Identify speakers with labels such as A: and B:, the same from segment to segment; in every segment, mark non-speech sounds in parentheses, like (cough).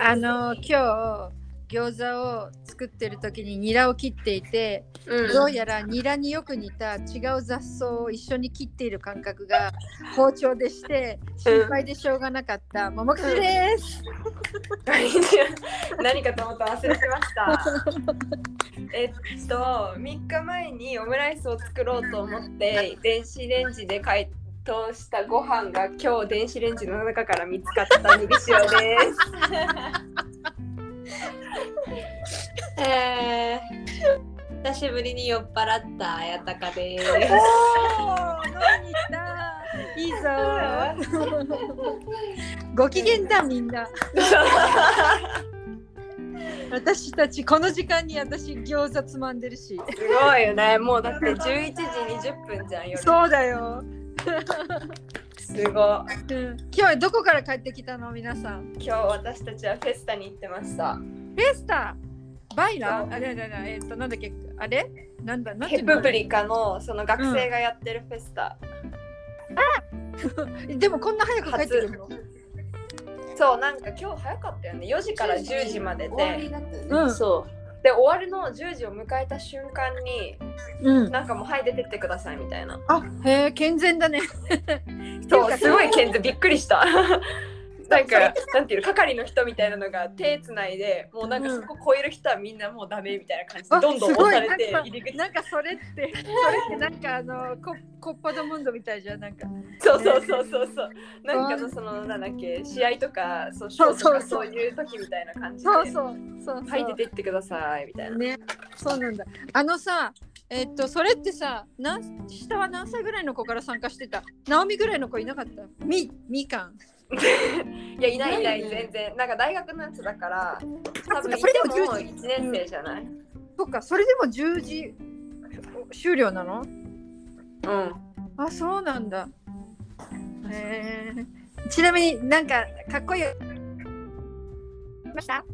A: あの今日餃子を作ってる時にニラを切っていて、
B: うん
A: どうやらニラによく似た違う雑草を一緒に切っている感覚が包丁でして心配でしょうがなかった桃口です、
B: (laughs) 何かと思ったら忘れてました。 (laughs) えっと、3日前にオムライスを作ろうと思って、電子レンジで解凍したご飯が今日電子レンジの中から見つかったのりしおです。 (laughs) えー、久しぶりに酔っ払ったあやたかです。
A: おお飲みに行ったいい (laughs) ぞご機嫌だみん (laughs) な私たちこの時間に私餃子つまんでるし
B: すごいよね、もうだって11時20分じゃん、夜。
A: そうだよ、
B: すごい。
A: うん、今日はどこから帰ってきたの皆さん
B: 今日私たちはフェスタに行ってました。
A: フェスタバイラ
B: そう
A: あれあれあれえっとなんだっけあれなんだなんてい
B: ヘ
A: うの
B: プブリカのその学生がやってるフェスタ、
A: でもこんな早く帰ってくるの
B: そうなんか今日早かったよね4時から10時まで
C: 終わり
B: で、
C: だったよね
A: うん
B: そうで終わりの10時を迎えた瞬間に
A: うん
B: なんかもうはい出てってくださいみたいな
A: あへえ健全だね
B: そうすごいケンズびっくりした
A: (laughs)
B: なんかなんていうの係の人みたいなのが手つないでもうなんかそこ超える人はみんなもうダメみたいな感じで
A: あ
B: どんどん
A: すごい
B: 押されて
A: なんか
B: 入り口
A: なんかそれってそれってなんかあのココッパドムンドみたいじゃんなんか
B: そうそうそうそうそうなんかのそのなんだっけ試合とかそうショーとかそういう時みたいな感じで
A: そうそうそう
B: は
A: そ
B: いう出てってくださいみたいな
A: ね、そうなんだ。あのさ、えっと、それってさ、なん、下は何歳ぐらいの子から参加してた。ナオミぐらいの子いなかった。み、みかん。
B: いやいないいない
C: いない
B: 全
C: ね
B: 然なんか大学のやつだから多分
A: それでも
B: いても
A: 10
B: 1年生じゃないうん
A: そっか、それでも十時。終了なの。あ、そうなんだ。へえ。ちなみになんか、かっこいい。ました。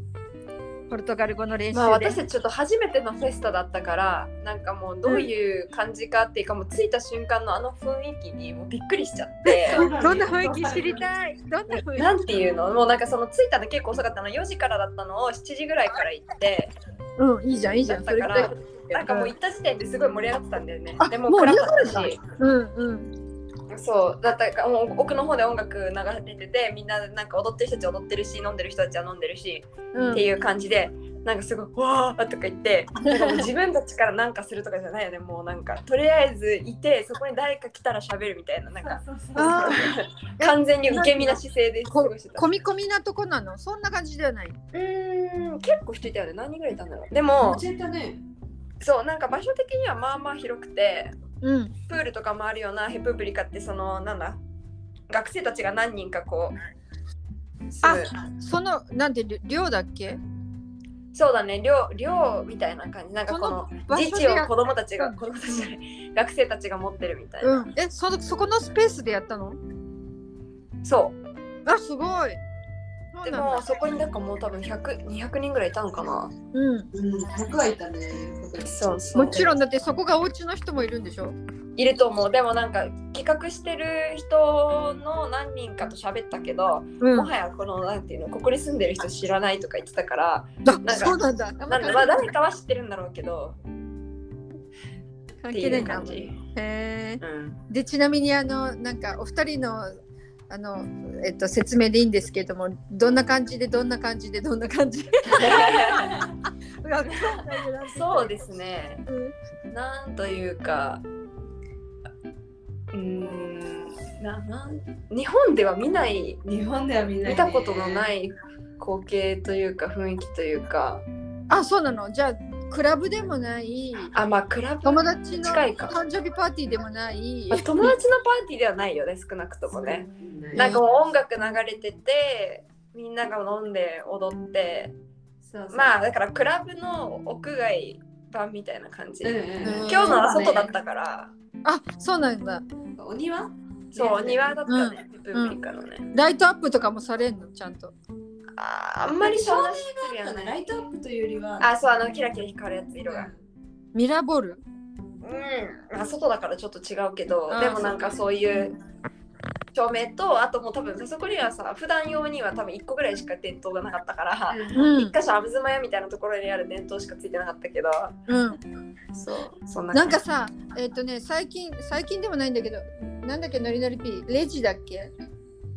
A: ポルトガル語の練習で。
B: まあ私たちちょっと初めてのフェスタだったからなんかもうどういう感じかっていうかもう着いた瞬間のあの雰囲気にもうびっくりしち
A: (laughs)
B: ゃって
A: どんな雰囲気知りたい。どんな雰囲
B: なんていうのもうなんかその着いたの結構遅かったの4時からだったのを7時ぐらいから行って
A: 気。うん、いいじゃん、いいじゃん。そ
B: だ
A: れ
B: か
A: ぐ
B: ら
A: らい。
B: なんかもう行った時点ですごい盛り上がってたんだよね
A: あ
B: でも
A: もう
B: 暗かった
A: 盛り
B: し
A: うん、うん。
B: そうだったからもう奥の方で音楽流れててみんななんか踊ってる人たち踊ってるし飲んでる人たちは飲んでるし、
A: うん。
B: っていう感じでなんかすごい「わー」とか言ってなんかもう自分たちからなんかするとかじゃないよねもうなんかとりあえずいてそこに誰か来たら喋るみたいななんか
A: ああ。
B: (laughs) 完全に受け身な姿勢で過
A: こ
B: ごしてた。
A: 込み込みなとこなのそんな感じではないう
B: ーん結構人いたよね何人ぐらいいたんだろうでも
C: 教えたね。
B: そうなんか場所的にはまあまあ広くて
A: うん
B: プールとかもあるようなヘプブリカってそのなんだ学生たちが何人かこうす
A: あそのなんてり寮だっけ
B: そうだね寮寮みたいな感じなんかこの
A: 場
B: 自
A: 所
B: 治
A: でや
B: を
A: っ
B: 子供たちが子供たちじゃない学生たちが持ってるみたいな、
A: うんえそのそこのスペースでやったの
B: そう
A: あすごいそう
B: で
A: なん
B: も
A: だ
B: そこになんかもう多分100200人ぐらいいたのかな
A: うん
C: うん、僕はいたね。
B: そうそう
A: もちろんだってそこがお家の人もいるんでしょ
B: いると思うでもなんか企画してる人の何人かと喋ったけど、
A: う
B: もはやこのなんていうのここに住んでる人知らないとか言ってたから
A: あ
B: か
A: そうなんだ
B: なんでまあ誰かは知ってるんだろうけどっ
A: 関
B: て
A: 係
B: い
A: な
B: う
A: いな
B: 感じ、
A: へえ
B: うん、
A: でちなみにあのなんかお二人のあのえっと説明でいいんですけれどもどんな感じでどんな感じでどんな感
B: (laughs)
A: じうわかんないよなんて
B: そうですね
A: うん
B: なんというか、うーん、ななん日本では見ない、
C: 日本では見ない、。
B: 見たことのないい光景というか雰囲気というか、
A: あそうなのじゃあクラブでもない
B: あ、まあクラブ、
A: 友達の
B: 近いか
A: 誕生日パーティーでもない
B: まあ友達のパーティーではないよね、少なくともね。。なんかもう音楽流れてて、みんなが飲んで踊って、
C: そうそう
B: まあだからクラブの屋外版みたいな感じ。
C: うんう
A: うん
C: ん、
B: 今日のは外だ
C: っ
B: ったから、
A: あそうなんだ
C: た。お庭
B: そう、庭
C: だ。
B: だったね、プーブリカのね。
A: ライトアップとかもされんのちゃんと
B: あーあんまりそんな失礼はな
C: ラ
B: い。
C: イトアップというよりは。
B: あ、そう、あの、キラキラ光るやつ、色が。
A: ミラーボール
B: うん。まあ、外だからちょっと違うけど
A: あ、ー
B: でもなんかそういう、照明とあともう多分そこにはさ普段用には多分1個ぐらいしか電灯がなかったから、
A: う
B: 一
A: ん
B: 箇所あぶずま屋みたいなところにある電灯しかついてなかったけど
A: うん、
B: そうそんな
A: なん
B: 感
A: かさえっ、とね最近最近でもないんだけどなんだっけノリノリピーレジだっけ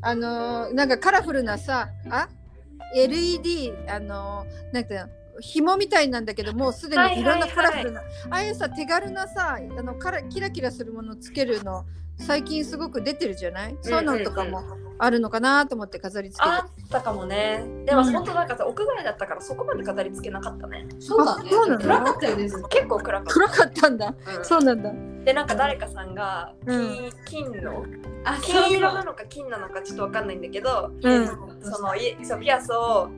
A: あのーなんかカラフルなさあ LED あのーなんていうの紐みたいなんだけどもうすでにいろんな
B: はい
A: カ
B: はいは
A: ラフ
B: い
A: ルな、ああいうさ手軽なさあのカラキラキラするものつけるの最近すごく出てるじゃない、そういうのとかもあるのかなと思って飾り付け
B: あ
A: て
B: ったかもねでも
A: うん
B: 本当なんかさ屋外だったからそこまで飾り付けなかったね
C: そうだね。
A: あそうなの
C: 暗かったよね。ずっと
B: 結構暗かっ
A: 暗かったんだ、
B: た、うん
A: そうなんだ
B: でなんか誰かさんが金,、
A: うん
B: 金の
C: あ、そう
B: 金色
C: な
B: な
C: の。
B: のか金なのかちょっとわかんないんだけど、
A: うん
B: そのいそうピアスを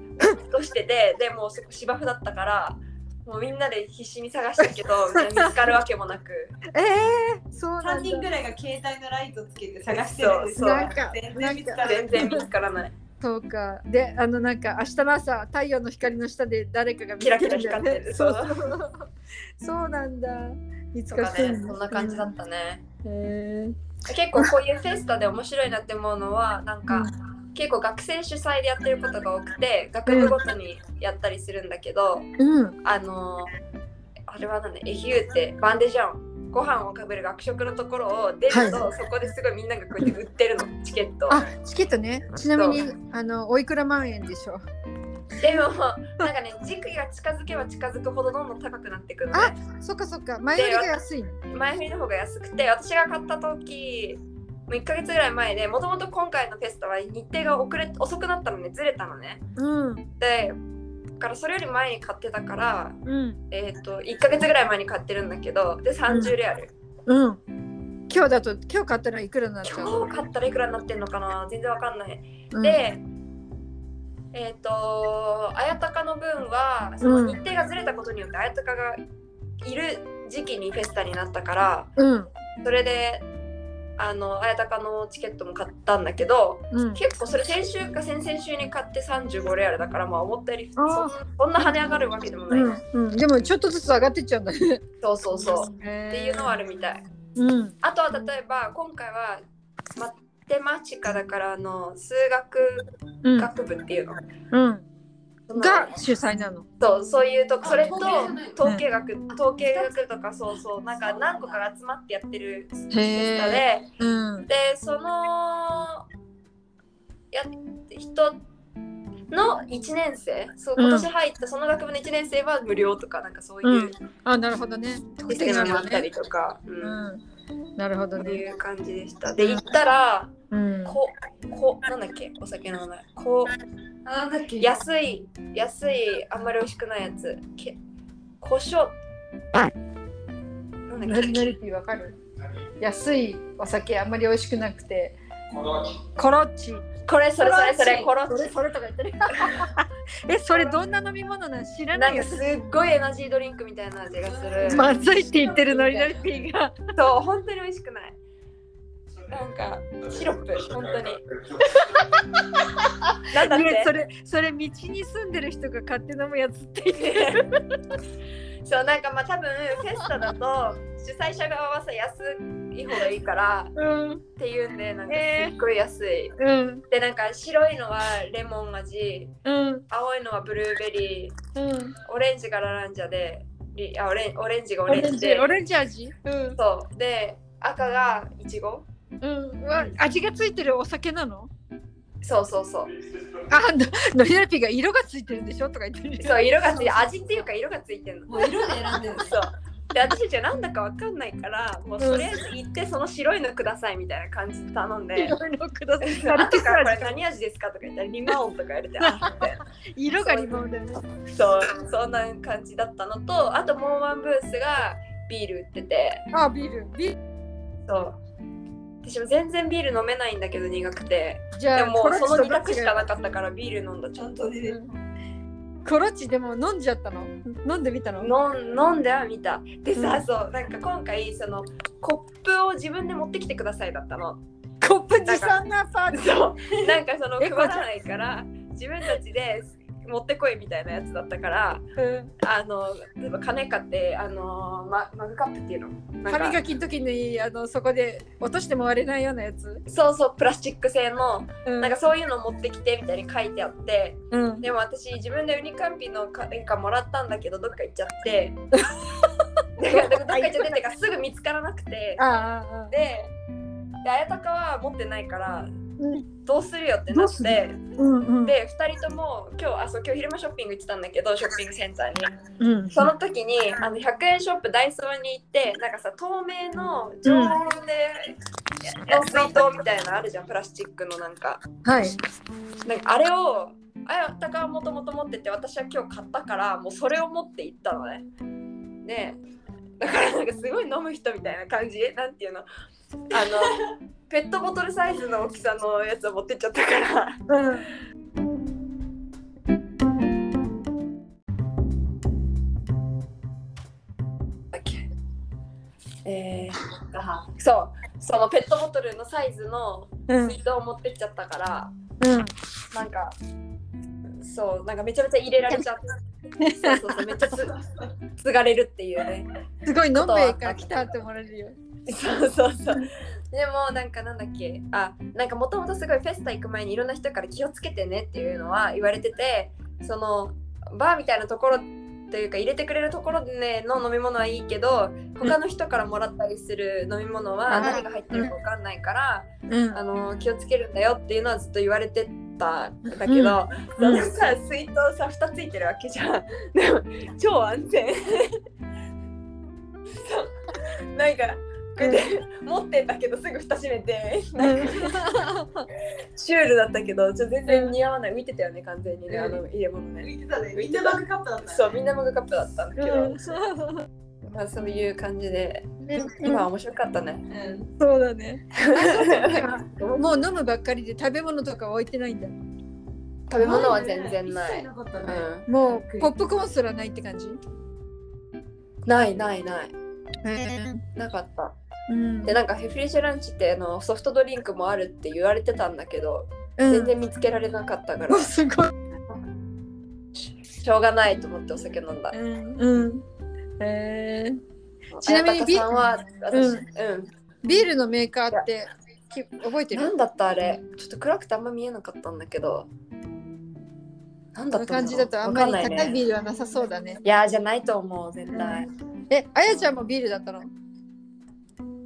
B: としててでもうそこ芝生だったからもうみんなで必死に探したけどみんな見つかるわけもなく
A: えー、そうな
C: 三
A: んだ
C: 人ぐらいが携帯のライトつけて探してるんですよ
B: そう
A: なんか
C: 全然見つからない
B: 全然見つから (laughs) ない
A: そうか。で、あのなんか明日の朝太陽の光の下で誰かが見つ
B: キ
A: け
B: ラキラ
A: るんだよね
B: 光ってる
A: そ
B: そうう
A: そう。そうなんだ。見つ
B: と
A: か
B: か
A: って
B: ね
A: ん
B: そ
A: の
B: んな感じだっ。たね
A: へえ。
B: 結構こういうフェスタで面白いなって思うのはなんか、結構学生主催でやってることが多くて学部ごとにやったりするんだけど、
A: うん。
B: あのあれはなんだエヒューってバンデジャンご飯をかぶる学食のところを出ると、
A: は
B: そこですごいみんながこうやって売ってるのチケット
A: あ、チケットね。ちなみにあのおいくら万円でしょう。
B: でもなんかね時期が近づけば近づくほどどんどん高くなってくるのね
A: そっかそっか。前よりが安いの。
B: 前振りの方が安くて私が買った時もう1ヶ月ぐらい前でもともと今回のフェスタは日程が遅れ遅くなったのねずれたのね
A: うん
B: でだからそれより前に買ってたから、
A: うん
B: えー、と1ヶ月ぐらい前に買ってるんだけどで30レアル、
A: うん。今日だと今日買ったらいくらになっちゃう
B: 今日買ったらいくらになってんのかな全然わかんない
A: の。
B: で、えっ、と、綾鷹の分は、その日程がずれたことによって、綾鷹がいる時期にフェスタになったから、
A: うん、うん
B: それで、あの、綾鷹のチケットも買ったんだけど、
A: うん。
B: 結構それ先週か先々週に買って35レアルだから、まあ思ったよりそ
A: あー
B: そんな跳ね上がるわけでもない、
A: うんうん、でもちょっとずつ上がってっちゃうんだね。
B: そうそうそう。っ
A: って
B: いうのはあるみたい。
A: うん。
B: あとは例えば、今回は、マテマチカだから、あの、数学
A: うん。
B: 学部っていうの。
A: うん。
B: その
A: が主催なの。
B: そうそういうとこ
C: あ
B: それと
C: 統計じゃないの
B: 統計学、統計学とかそうそうなんか何個かが集まってやってるフェスタ
A: へえ。
B: で
A: うん。
B: でそのや人の1年生そう
A: うん
B: 今年入ったその学部の1年生は無料とかなんかそういう
A: あ、なるほどね。
B: システムもあったりとか、うん
A: うん。なるほど
B: そう
A: ね。
B: いう感じでしたで行ったら
A: うん。
B: ここなんだっけお酒の名前こう
C: あ、なんだっけ。
B: 安い安いあんまり美味しくないやつけ胡椒なんだ
A: ノ
B: っけ
A: リノリピーわかる安いお酒あんまり美味しくなくて。
D: この秋
A: コロッチ。
B: これそれそれそれ
A: コ
B: コ
A: ロ
B: ロ
A: ッチ。それ
B: ッ
A: それとか言ってる。え、それどんな飲み物なん知ら
B: チ
A: な
B: ないん
A: よ
B: か。すっごいエナジードリンクみたいな味がする、
A: まずいって言ってるノリノリピーが。
B: そう本当に美味しくないなんかシロップ本当になんだっ
A: いやそ
B: て
A: れ、それ道に住んでる人が買って飲むやつって言ってる。
B: (laughs) そうなんかまあ多分フェスタだと主催者側はさ安い方がいいから
A: うん。
B: っていうんでなんかすっごい安い、
A: うん。
B: でなんか白いのはレモン味
A: うん。
B: 青いのはブルーベリー
A: うん。
B: オレンジがラランジャでりあオレンオレンジがオ
A: オ
B: レ
A: レン
B: ンジ
A: ジ、
B: で
A: オレンジ味。うん。
B: そうで赤がイチゴ
A: うん。うわ味がついてるお酒なの
B: そうそうそう
A: あ、のノリノリピーが色がついてるんでしょとか言ってる。
B: そう色がついて味っていうか色がついてんの
C: もう色で選んでる。
B: そうで私たちはなんだかわかんないからもうとりあえず行ってその白いのくださいみたいな感じで頼んで (laughs)
A: い。ろいろください。
B: あなたからこれ何味ですかとか言ったらリマオンとか言われ (laughs) てあみたいな
A: 色がリボンだよね。
B: そうそんな感じだったのとあともうワンブースがビール売ってて
A: あ、ビール。ビール。
B: そう私も全然ビール飲めないんだけど苦くて
A: じゃあ、
B: でも
A: コロッチ
B: その
A: と
B: 2
A: どっ
B: 択
A: ち
B: し
A: が
B: かなかったからビール飲んだち
C: ち
B: ょ
C: ゃ
B: っ
C: んとね。
A: コロッチでも飲んじゃったの飲んでみたの
B: と飲ん飲んではみたでさ、
A: うん
B: そうなんか今回そのコップを自分で持ってきてくださいだったの (laughs)
A: コップ持参なパーティー。
B: そうなんかその
A: え
B: 配らないから自分たちで持ってこいみたいなやつだったから
A: うん
B: あの例えば金買ってあのママグカップっていうのなんか
A: 歯磨きの時にあのそこで落としても割れないようなやつ、
B: そうそうプラスチック製の
A: う
B: なんかそういうの持ってきてみたいに書いてあって
A: うん、
B: でも私自分でウニカンピのカなんかもらったんだけどどっか行っちゃってなんかどっか行っちゃってっていうかすぐ見つからなくて
A: ああああ
B: でで綾鷹は持ってないか
A: う
B: ら
A: ん
B: どうするよって
A: ど
B: な
A: う
B: っ
A: す
B: て
A: うんうん
B: で2人とも今日あそう今日昼間ショッピング行ってたんだけどショッピングセンターに
A: うん
B: その時にあの100円ショップダイソーに行ってなんかさ透明の常温で、の水筒みたいなのあるじゃんプラスチックのなんか
A: はい
B: なんかあれをあやたかはもともと持ってて私は今日買ったからもうそれを持って行ったのね。ねえだからなんかすごい飲む人みたいな感じ (laughs) なんていうのあの (laughs) ペットボトルサイズの大きさのやつを持ってっちゃったから。
A: うん
B: (laughs) えそうそのペットボトルのサイズの
A: うん
B: 水筒を持ってっちゃったから、
A: うん
B: なんかそうなんかめちゃめちゃ入れられちゃ (laughs) ってそうそうそうめっちゃつ継がれるっていうね
A: すごいのんべえから来たって思われるよ
B: そうそうそうでもなんかなんだっけあなんかもともとすごいフェスタ行く前にいろんな人から気をつけてねっていうのは言われててそのバーみたいなところというか入れてくれるところでねの飲み物はいいけど他の人からもらったりする飲み物は
A: うん
B: 何が入ってるか分かんないから、
A: うん
B: あの気をつけるんだよっていうのはずっと言われてたんだけど、
A: う
B: そ
A: ん
B: のさ水筒さ蓋ついてるわけじゃん (laughs) でも超安全そうなんかこうやって持ってんだけどすぐ蓋閉めてシュールだったけどちょ全然似合わない浮いてたよね完全にねあの入れ物ね
C: 浮いてたね。浮いてバグカップだったね。
B: そうみんなマグカップだったんだけど、
A: う
B: まあそういう感じで
A: ん
B: 今は面白かったね、
C: うん。
A: そうだね。もう飲むばっかりで食べ物とか置いてないんだ。
B: (laughs) 食べ物は全然な
C: 一切
B: い、
C: なかった
B: う
C: ね。
B: ん、
A: もうポップコーンすらないって感じ。
B: ないないない
A: へ
B: なかった
A: うん
B: でなんかフレッシュランチってあのソフトドリンクもあるって言われてたんだけど
A: う
B: 全
A: ん。
B: 然見つけられなかったか
A: も (laughs)
B: ら
A: うすごい。
B: しょうがないと思ってお酒飲んだ。
A: うん。へえ。ち
B: ち
A: な
B: な
A: みに
B: みに
A: ビ
B: ビさんは私、
A: う
B: うんん、
A: ビールのメーカーってき覚えて
B: な
A: る？
B: んだったあれ。ちょっと暗くてあんま見えなかったんだけど。なんだ
A: この
B: った
A: 感
B: の
A: じだとあんまり
B: わかんな
A: 高い
B: いね。
A: ビールはなさそうだね。
B: いやーじゃないと思う絶対。
A: え、あやちゃんもビールだったの？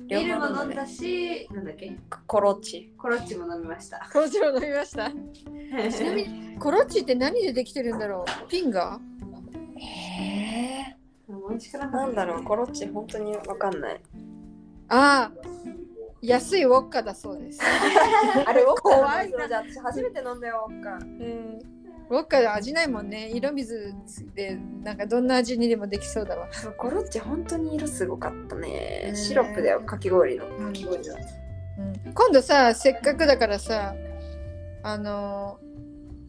C: ビールも飲ん
B: ね。
C: だし、なんだっけ、
B: コロッチ。
C: コロッチも飲みました。
A: コロチを飲みました。ちなみ
C: に、
A: にコロッチって何でできてるんだろう？ピンガー？
B: へ
C: 美味しくな
B: ー
C: かった
B: なんだろうコロッチ本当にわかんない。
A: ああ、安いウォッカだそうです。
B: あれウォッカ
A: 怖
B: ないん
A: な
B: だよじゃあ私初めて飲んだよウォッカ。
A: うんウォッカで味ないもんね。色水でなんかどんな味にでもできそうだわ。
B: そうコロッチ本当に色すごかったね
A: う。ん
B: シロップだよかき氷
C: (laughs)
B: の。
C: かき氷だ
A: うん今度さ、せっかくだからさ、あのー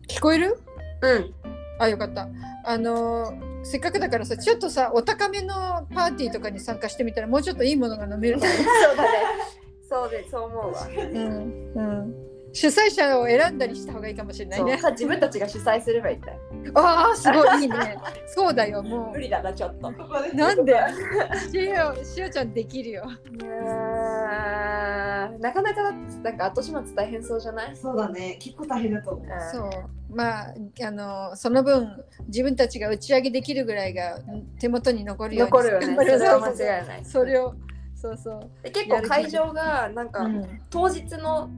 A: 聞こえる
B: うん。
A: あ、よかった。あのーせっかくだからさ、ちょっとさ、お高めのパーティーとかに参加してみたら、もうちょっといいものが飲めるかもね、
B: そうだね。そうでそう思うわ。
A: うんうん主催者を選んだりした方がいいかもしれない
B: そう
A: ね。
B: か自分たちが主催すればいいんだよ。
A: ああ、すごいいいね。そうだよ、も
B: 無理だな、ちょっと。
C: ここで
A: う。なんでしおしおちゃんできるよ。
B: なかなか、なんか後始末大変そうじゃない
C: そうだね、結構大変だと思う。
A: そうまああのその分自分たちが打ち上げできるぐらいがん手元に残るように
B: 残る
A: (laughs)
B: よね。それは間違いない。
A: それをそうそう、
B: で結構会場が、なんか、
A: うん
B: 当日の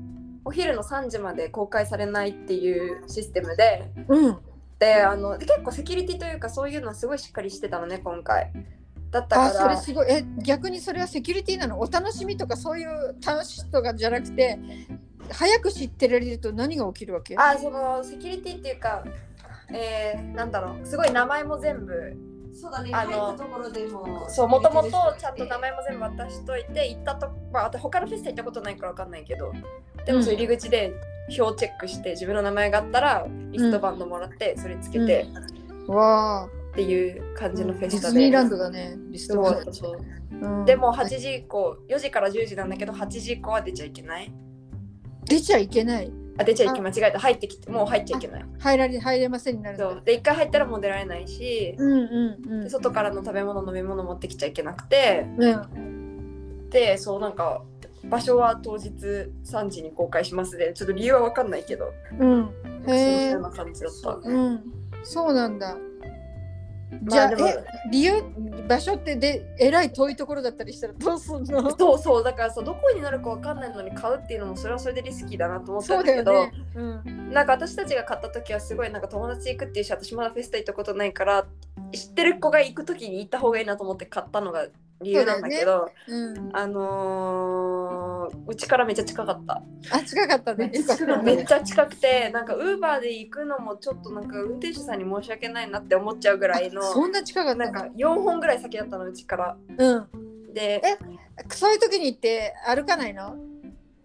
B: お昼の3時まで公開されないっていうシステムで、
A: うん、
B: で、あの、で結構セキュリティというか、そういうのはすごいしっかりしてたのね、今回。だった
A: あ
B: か
A: それ
B: ら、
A: すごいえ逆にそれはセキュリティなのお楽しみとかそういう楽しみとかじゃなくて早く知ってられると何が起きるわけ
B: あそのセキュリティっていうか、えー、なんだろう、すごい名前も全部
C: そうだね、
B: あの
C: 入ったところでも。
B: そう、もともとちゃんと名前も全部渡しといて、行ったと、まあ、あと他のフェスタ行ったことないからわかんないけど、でもそう入り口で表をチェックして、自分の名前があったら、リストバンドもらって、それつけて
A: わあ
B: っていう感じのフ
A: デ
B: ェ
A: ィ
B: スタ
A: ズニー
B: で。
A: ランドだねリストバン
B: そうそう
A: ドうん
B: でも8時以降、4時から10時なんだけど、8時以降は出ちゃいけない。
A: 出ちゃいけない
B: あ出ちゃいけ間違えた入ってきてもう入っちゃいけない
A: 入られ入れませんになるん
B: そ
A: だ
B: うで一回入ったらもう出られないし
A: うんうんう
B: で
A: ん
B: 外からの食べ物飲み物持ってきちゃいけなくて
A: うん
B: でそうなんか場所は当日3時に公開しますでちょっと理由は分かんないけど
A: うん
B: そういう
A: へえ
B: ような感じだった、
C: そう
A: うんそうなんだじゃ
B: まあ
A: あ、
B: でも
A: え理由場所ってでえらい遠いところだったりしたらどうすんの
B: (laughs) そうそうだからさどこになるか分かんないのに買うっていうのもそれはそれでリスキーだなと思った
A: そ
B: ん
A: う
B: だ
A: だ
B: け
A: よ
B: ど
A: ね、うん、
B: なんか私たちが買った時はすごいなんか友達行くっていうし私まだフェスタ行ったことないから知ってる子が行く時に行った方がいいなと思って買ったのが理由なんだけ
A: そう
B: ど
A: うん、
B: あのーうちからめっちゃ近かった
A: あ近かったね
C: めっちゃ近か
B: め
A: ね
B: っちゃ近くてなんかウーバーで行くのもちょっとなんか運転手さんに申し訳ないなって思っちゃうぐらいの
A: あそんな近かった
B: なんか4本ぐらい先だったのうちから
A: うん
B: で
A: えそういう時に行って歩かないの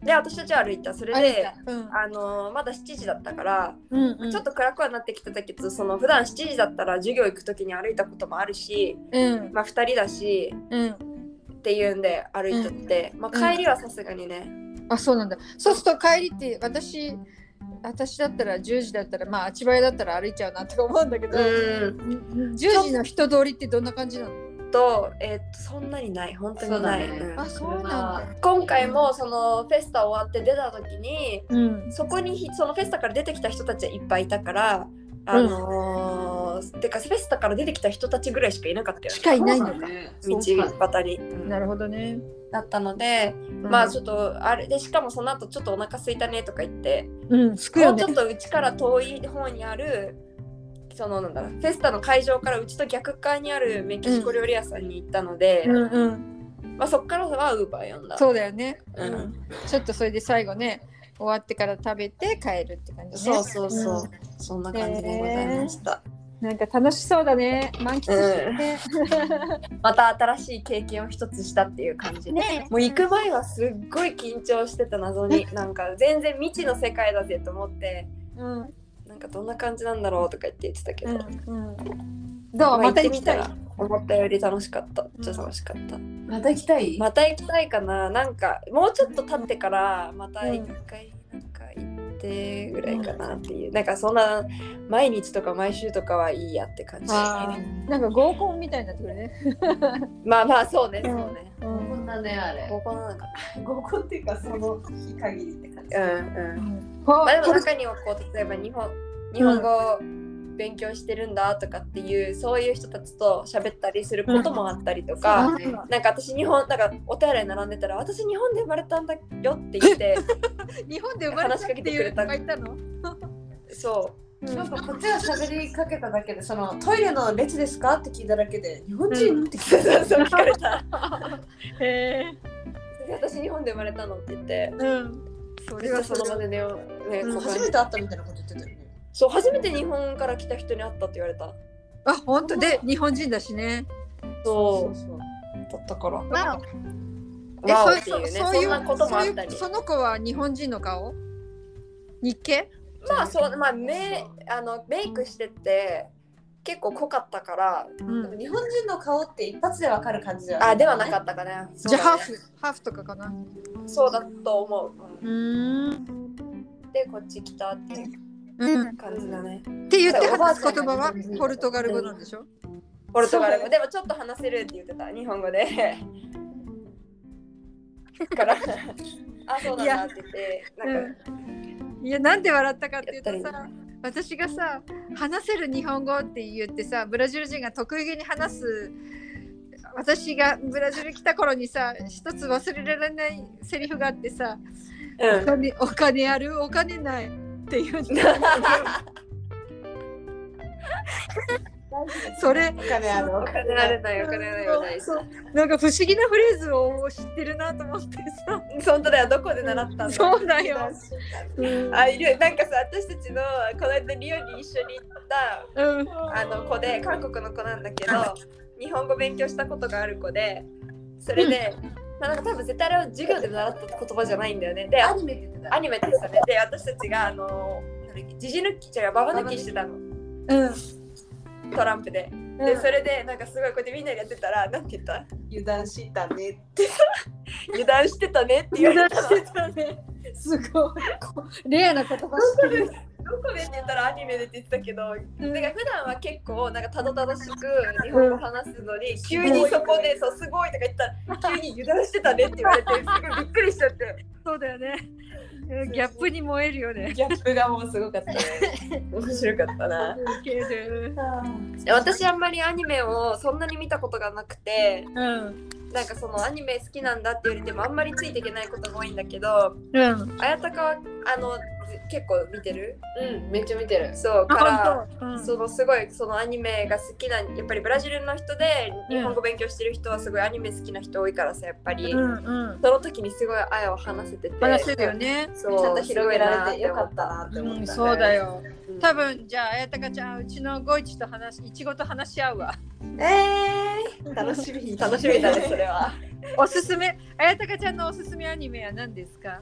B: で私たちは歩いたそれ
A: 歩い
B: で
A: たうん
B: あのーまだ7時だったから、
A: うんうん
B: ちょっと暗くはなってきてたけどその普段7時だったら授業行く時に歩いたこともあるし、
A: うん
B: まあ、2人だし
A: うん
B: っていうんで歩いてって、まあ、帰りはさすがにね、
A: あそうなんだそうすると帰りって私私だったら10時だったらまああちばやだったら歩いちゃうなとか思うんだけど、
B: うん
A: 10時の人通りってどんな感じなの
B: と,、えーっとそんなにない本当にない、
C: そうだね
B: うん
A: あそうなんだ
B: 今回もそのフェスタ終わって出た時に
A: うん
B: そこにひそのフェスタから出てきた人たちはいっぱいいたからあのーてかフェスタから出てきた人たちぐらいしかいなかったよ
A: し
B: ね
A: かいないのか、
B: 道端に、うん
A: なるほどね、
B: だったので、まあち
A: ょ
B: ょっとあれでしかもその後ちょっとお腹空いたねとか言って
A: うんすく
B: も
A: よ
B: う
A: ね
B: ちょっとうちから遠い方にあるそのなんだろうフェスタの会場からうちと逆側にあるメキシコ料理屋さんに行ったので、
A: うんうん
B: まあ、そっからはウーバー呼んだ。
A: そうだよね、
B: うん
A: ちょっとそれで最後ね終わってから食べて帰るって感じね
B: そうそうそう、そんな感じでございました。
A: なんか楽しそうだね満喫してね、
B: また新しい経験を一つしたっていう感じ。
A: ね
B: もう行く前はすっごい緊張してた謎になんか全然未知の世界だぜと思って
A: うん
B: なんかどんな感じなんだろうとか言って言ってたけど、
A: うんうんどう
B: ま
A: また
B: あ
A: 行きたい
B: ってみら思ったより楽しかっためっちゃ楽しかった、
C: また来たい
B: また行きたいかななんかもうちょっと経ってからまた一回なんか行ってぐらいかなっていう、なんかそんな毎日とか毎週とかはいいやって感じ
A: あーなんか合コンみたいになってくるね、
B: まあまあそうねそうね。
C: こんなねあれ
B: 合コンなのか
C: 合コンっていうかその日限りって感じ
B: な。うんうん。
A: ほ
B: まあ、でも中にはこう例えば日本日本語を勉強してるんだとかっていうそういう人たちと喋ったりすることもあったりとか。
C: うん
A: そう
B: なんか私日本なんかお手洗い並んでたら私日本で生まれたんだよって言って (laughs)
A: 日本で生まれたっていう人がいたの、
B: そ
C: なんかこっちは喋りかけただけでそのトイレの列ですかって聞いただけで日本人って
B: う
C: 聞
B: そう
C: い
B: そ
C: た、
B: うそう聞かれた
A: へえ
B: 私日本で生まれたのって言って
A: うんそ
B: め
A: れ
B: っちゃ
A: は
B: そ
A: そ
B: の場
A: の
B: でねね、
A: うん
B: 告白
C: 初めて会ったみたいなこと言ってたよね
B: そう初めて日本から来た人に会ったって言われた
A: あ本当で日本人だしね
B: そう
C: そう
B: だったからわ
A: わお
B: おっていうねそんなこともあったり
A: そういうその子は日本人の顔日系
B: まあそうまあメあのメイクしてて結構濃かったから
A: うん
C: 日本人の顔って一発でわかる感じだよね
B: あではなかったかね。
A: じゃあハー
B: そうだね
A: フハーフとかかな
B: そうだと思う。
A: うーん
B: でこっち来たっていう
A: うん
B: 感じだね。
A: って言って
B: おばあ
A: 話
B: ち
A: す
B: ゃんが
A: 言葉はポルトガル語なんでしょ
B: ポルトガル
C: そ
B: 語
C: う
B: でもちょっと話せるって言ってた日本
A: (laughs)
B: 語で。からあそうなんだって言ってなんか
A: いやなんで笑ったかっていうと
B: やった
A: さ私がさ話せる日本語って言ってさブラジル人が得意げに話す私がブラジル来た頃にさ一つ忘れられないセリフがあって
B: (laughs)
A: さ「お
B: うん。
A: 金お金あるお金ない」って言
B: (laughs)
A: うんだそれ
C: お金ある
B: お金あるないお金あるよない
A: そうなんか不思議なフレーズを知ってるなと思って
B: (laughs)
A: さ
B: 本当だよどこで習ったんだ
A: そうだよ、
B: あいるなんかさ私たちのこの間リオに一緒に行った
A: うん、
B: あの子で韓国の子なんだけど日本語勉強したことがある子でそれで、まあ、なんか多分絶対あれは授業で習った言葉じゃないんだよねで
C: ア
B: あ
C: ニメって言ってた
B: アニメってさねで私たちがあのなんだっけジジ抜きじゃあババ抜きしてたの
A: うん、
B: トランプででそれでなんかすごいこうやってみんなでやってたらなんて言った
C: 油断したね
B: 油断してたねって言われたの
A: たね。
C: すごい。レアな言葉
B: どこでどこでって言ったらアニメでって言ってたけど、なんか普段は結構なんかたどたどしく日本語話すのに、急にそこでそうすごいとか言ったら急に油断してたねって言われてすごいびっくりしちゃって
A: そうだよね。ギャップに燃えるよね。
B: ギャップがもうすごかったね。面白かったな。
A: 受ける。
B: (laughs) 私あんまりアニメをそんなに見たことがなくて、
A: うん。
B: なんかそのアニメ好きなんだって言われてもあんまりついていけないことが多いんだけど、
A: うん。
B: あやたかはあの結構見てる
C: うん、めっちゃ見てる。
B: そうから。
A: 当。うん。
B: そのすごいそのアニメが好きなやっぱりブラジルの人で日本語勉強してる人はすごいアニメ好きな人多いからさやっぱり、
A: うんうん。
B: その時にすごいあやを話せてて
A: 話せるよね。
B: そう
C: ちゃんと広げられてよかったなって思った、
A: うん、そうだ
C: よ。
A: よ。多分じゃあ、あやたかちゃん、うちのゴイチと話し、いちごと話し合うわ。
B: えー、楽しみ楽しみだねそれは
A: (laughs) おすすめ、あやたかちゃんのおすすめアニメは何ですか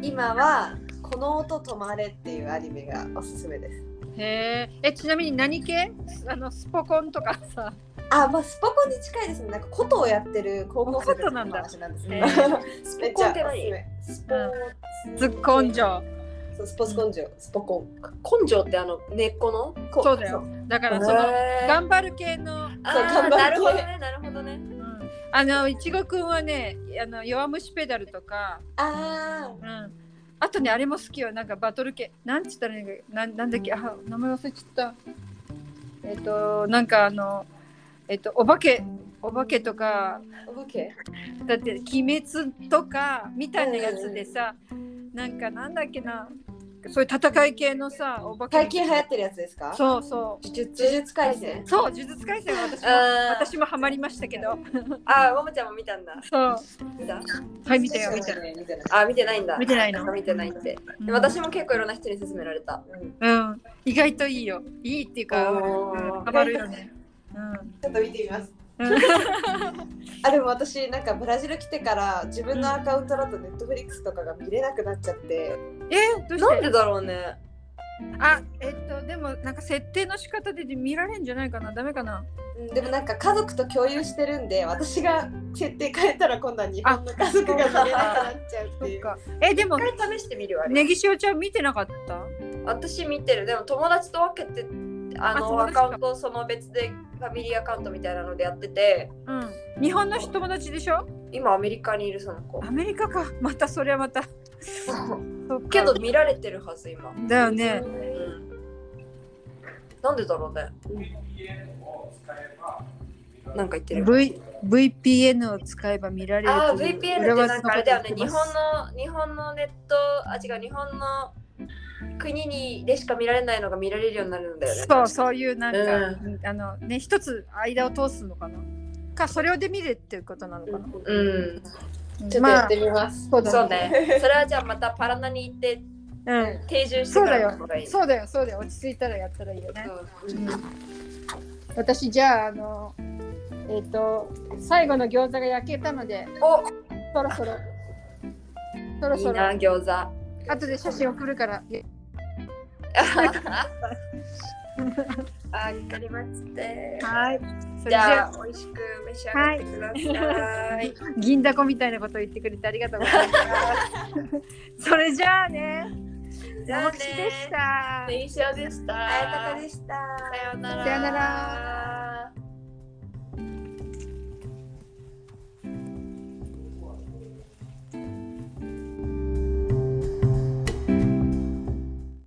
C: 今は、この音止まれっていうアニメがおすすめです。
A: へえ、え、ちなみに何系あの、スポコンとかさ。
C: あ、まあ、スポコンに近いですね。なんか、ことをやってる高校
A: こ
C: 生
A: となんだ
C: 話なんです
A: え
C: ね。
A: ー
C: ス
B: ポコンって何
C: スポーツ。
A: ずっこんじょ
C: そう、スポーツ根性、スポコン。
B: 根性ってあの根っこの
C: こ
A: そうだよ。だから、その、
B: がん
A: 頑張る系の、
B: あ
C: そう
B: ー
C: 頑張る
B: なるほどねなるほどね
A: うん、あの、いちごくんはね、あの、弱虫ペダルとか、
C: あ
A: うん。あとね、あれも好きよ、なんかバトル系、なんつったらいいのなん、なんだっけ、あ、名前忘れちゃった。えっ、と、なんかあの、えっ、と、お化け、お化けとか、
C: あ、お化け。
A: だって「鬼滅」とかみたいなやつでさ、なんかなんだっけなそういう戦い系のさお化け
C: 最近流行ってるやつですか
A: そうそう
C: 呪術呪術廻戦。
A: そう呪術廻戦は私も
B: あー
A: 私もハマりましたけど
B: あーももちゃんも見たんだ
A: そう
B: 見た
A: はい見てよ
C: 見
A: 見て
C: て
A: よ
C: ない。見てない
B: あー見てないんだ
A: 見てないの
B: 見てないって、
A: うん
B: で私も結構いろんな人に勧められた
C: うん
A: うん意外といいよいいっていうか
C: おー
A: うんハマるよねうん
C: ちょっと見てみます。
A: うん
C: (laughs) あでも私なんかブラジル来てから自分のアカウントだとネットフリックスとかが見れなくなっちゃって
A: えどう
B: な
A: し
B: ん
A: て
B: でだろうね
A: あえっとでもなんか設定の仕方で見られんじゃないかなダメかな
C: うんでもなんか家族と共有してるんで私が設定変えたら今度は日本の家族が見れなくなっちゃうって
A: そ
C: い
A: っ
C: う。
A: かえでも
B: 一回試してみるわね
A: ネギ塩ちゃん見てなかった
B: 私見てるでも友達と分けてあの
A: あ友
B: ア
A: 達と
B: カウントその別でファミリーアカウントみたいなのでやってて
A: うん日本の人友達でしょ
B: 今アメリカにいるその子
A: アメリカかまたそれはま (laughs) たそっか
B: けど見られてるはず今、
A: だよね
B: うん、なんでだろうねなんか言ってる
A: v VPN を使えば見られる
B: ああ
A: という
B: VPN って
A: 裏
B: な
A: 技
B: ん
A: の
B: かあ
A: こ
B: れ
A: と
B: だ
A: を
B: よ
A: 言って
B: ね日
A: ます
B: 本の日本のネットあ違う日本の国にでしか見られないのが見られるようになるんだよね
A: そうそういうなんか、あのね一つ間を通すのかなかそれをで見るっていうことなのかな、
B: うん
A: うん
C: ちょっとや
A: ま
C: っ
A: あ
C: てみます。
A: そう
B: そ
A: だ
B: う
A: ね
B: ねそれはじゃあまたパラナに行って
A: うん
B: 定住して
A: そう
B: か
A: だ
B: らの方
A: よ
B: がいい
A: そうだよそうだよ落ち着いたらやったらいいよね
B: う
A: 私じゃああのえっ、と最後の餃子が焼けたので
B: お
A: そろそろそろ
B: んいい
A: そろ
B: な餃子
A: 後で写真送るから
B: あ、わかりました。
A: はいそれ
B: じ
A: じゃ
B: ゃ
A: あ
B: あ、美味しく召し上がってくださ (laughs) い。
A: 銀だこみたいなことを言ってくれてありがとうございます。それじゃあね。
B: じゃあ
A: ももきちでし
B: ね。
A: た。
B: 以上でした。
C: あやたかでした。
B: さようなら。
A: さよなら。